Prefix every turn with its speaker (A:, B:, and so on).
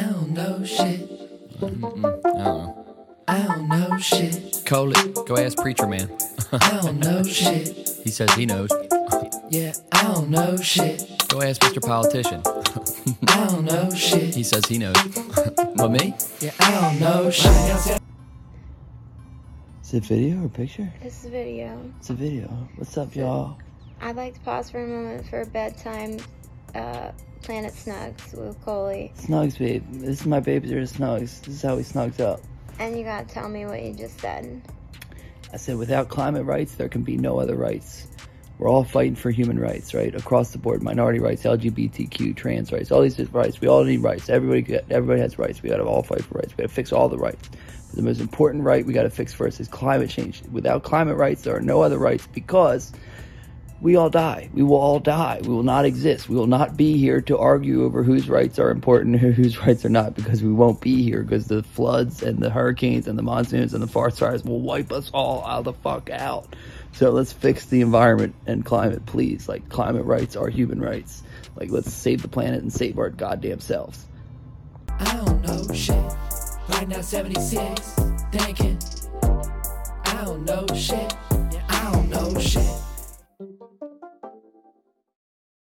A: know shit.
B: I don't know.
A: I don't know shit.
B: Call it. Uh, Go ask preacher man.
A: I don't know shit.
B: He says he knows.
A: Yeah, I don't know shit.
B: Go ask Mr. Politician.
A: I don't know shit.
B: He says he knows. but me?
A: Yeah, I don't know shit.
C: Is it video or picture?
D: This video.
C: It's a video. What's up, y'all?
D: I'd like to pause for a moment for bedtime uh, Planet Snugs with Coley.
C: Snugs, babe. This is my baby there, Snugs. This is how we snugged up.
D: And you gotta tell me what you just said.
C: I said, without climate rights, there can be no other rights. We're all fighting for human rights, right? Across the board, minority rights, LGBTQ, trans rights, all these rights. We all need rights. Everybody, get, everybody has rights. We got to all fight for rights. We got to fix all the rights. But the most important right we got to fix first is climate change. Without climate rights, there are no other rights because we all die. We will all die. We will not exist. We will not be here to argue over whose rights are important and whose rights are not because we won't be here because the floods and the hurricanes and the monsoons and the forest fires will wipe us all out the fuck out. So let's fix the environment and climate, please. Like, climate rights are human rights. Like, let's save the planet and save our goddamn selves.
A: I don't know shit. Right now, 76. Thinking. I don't know shit.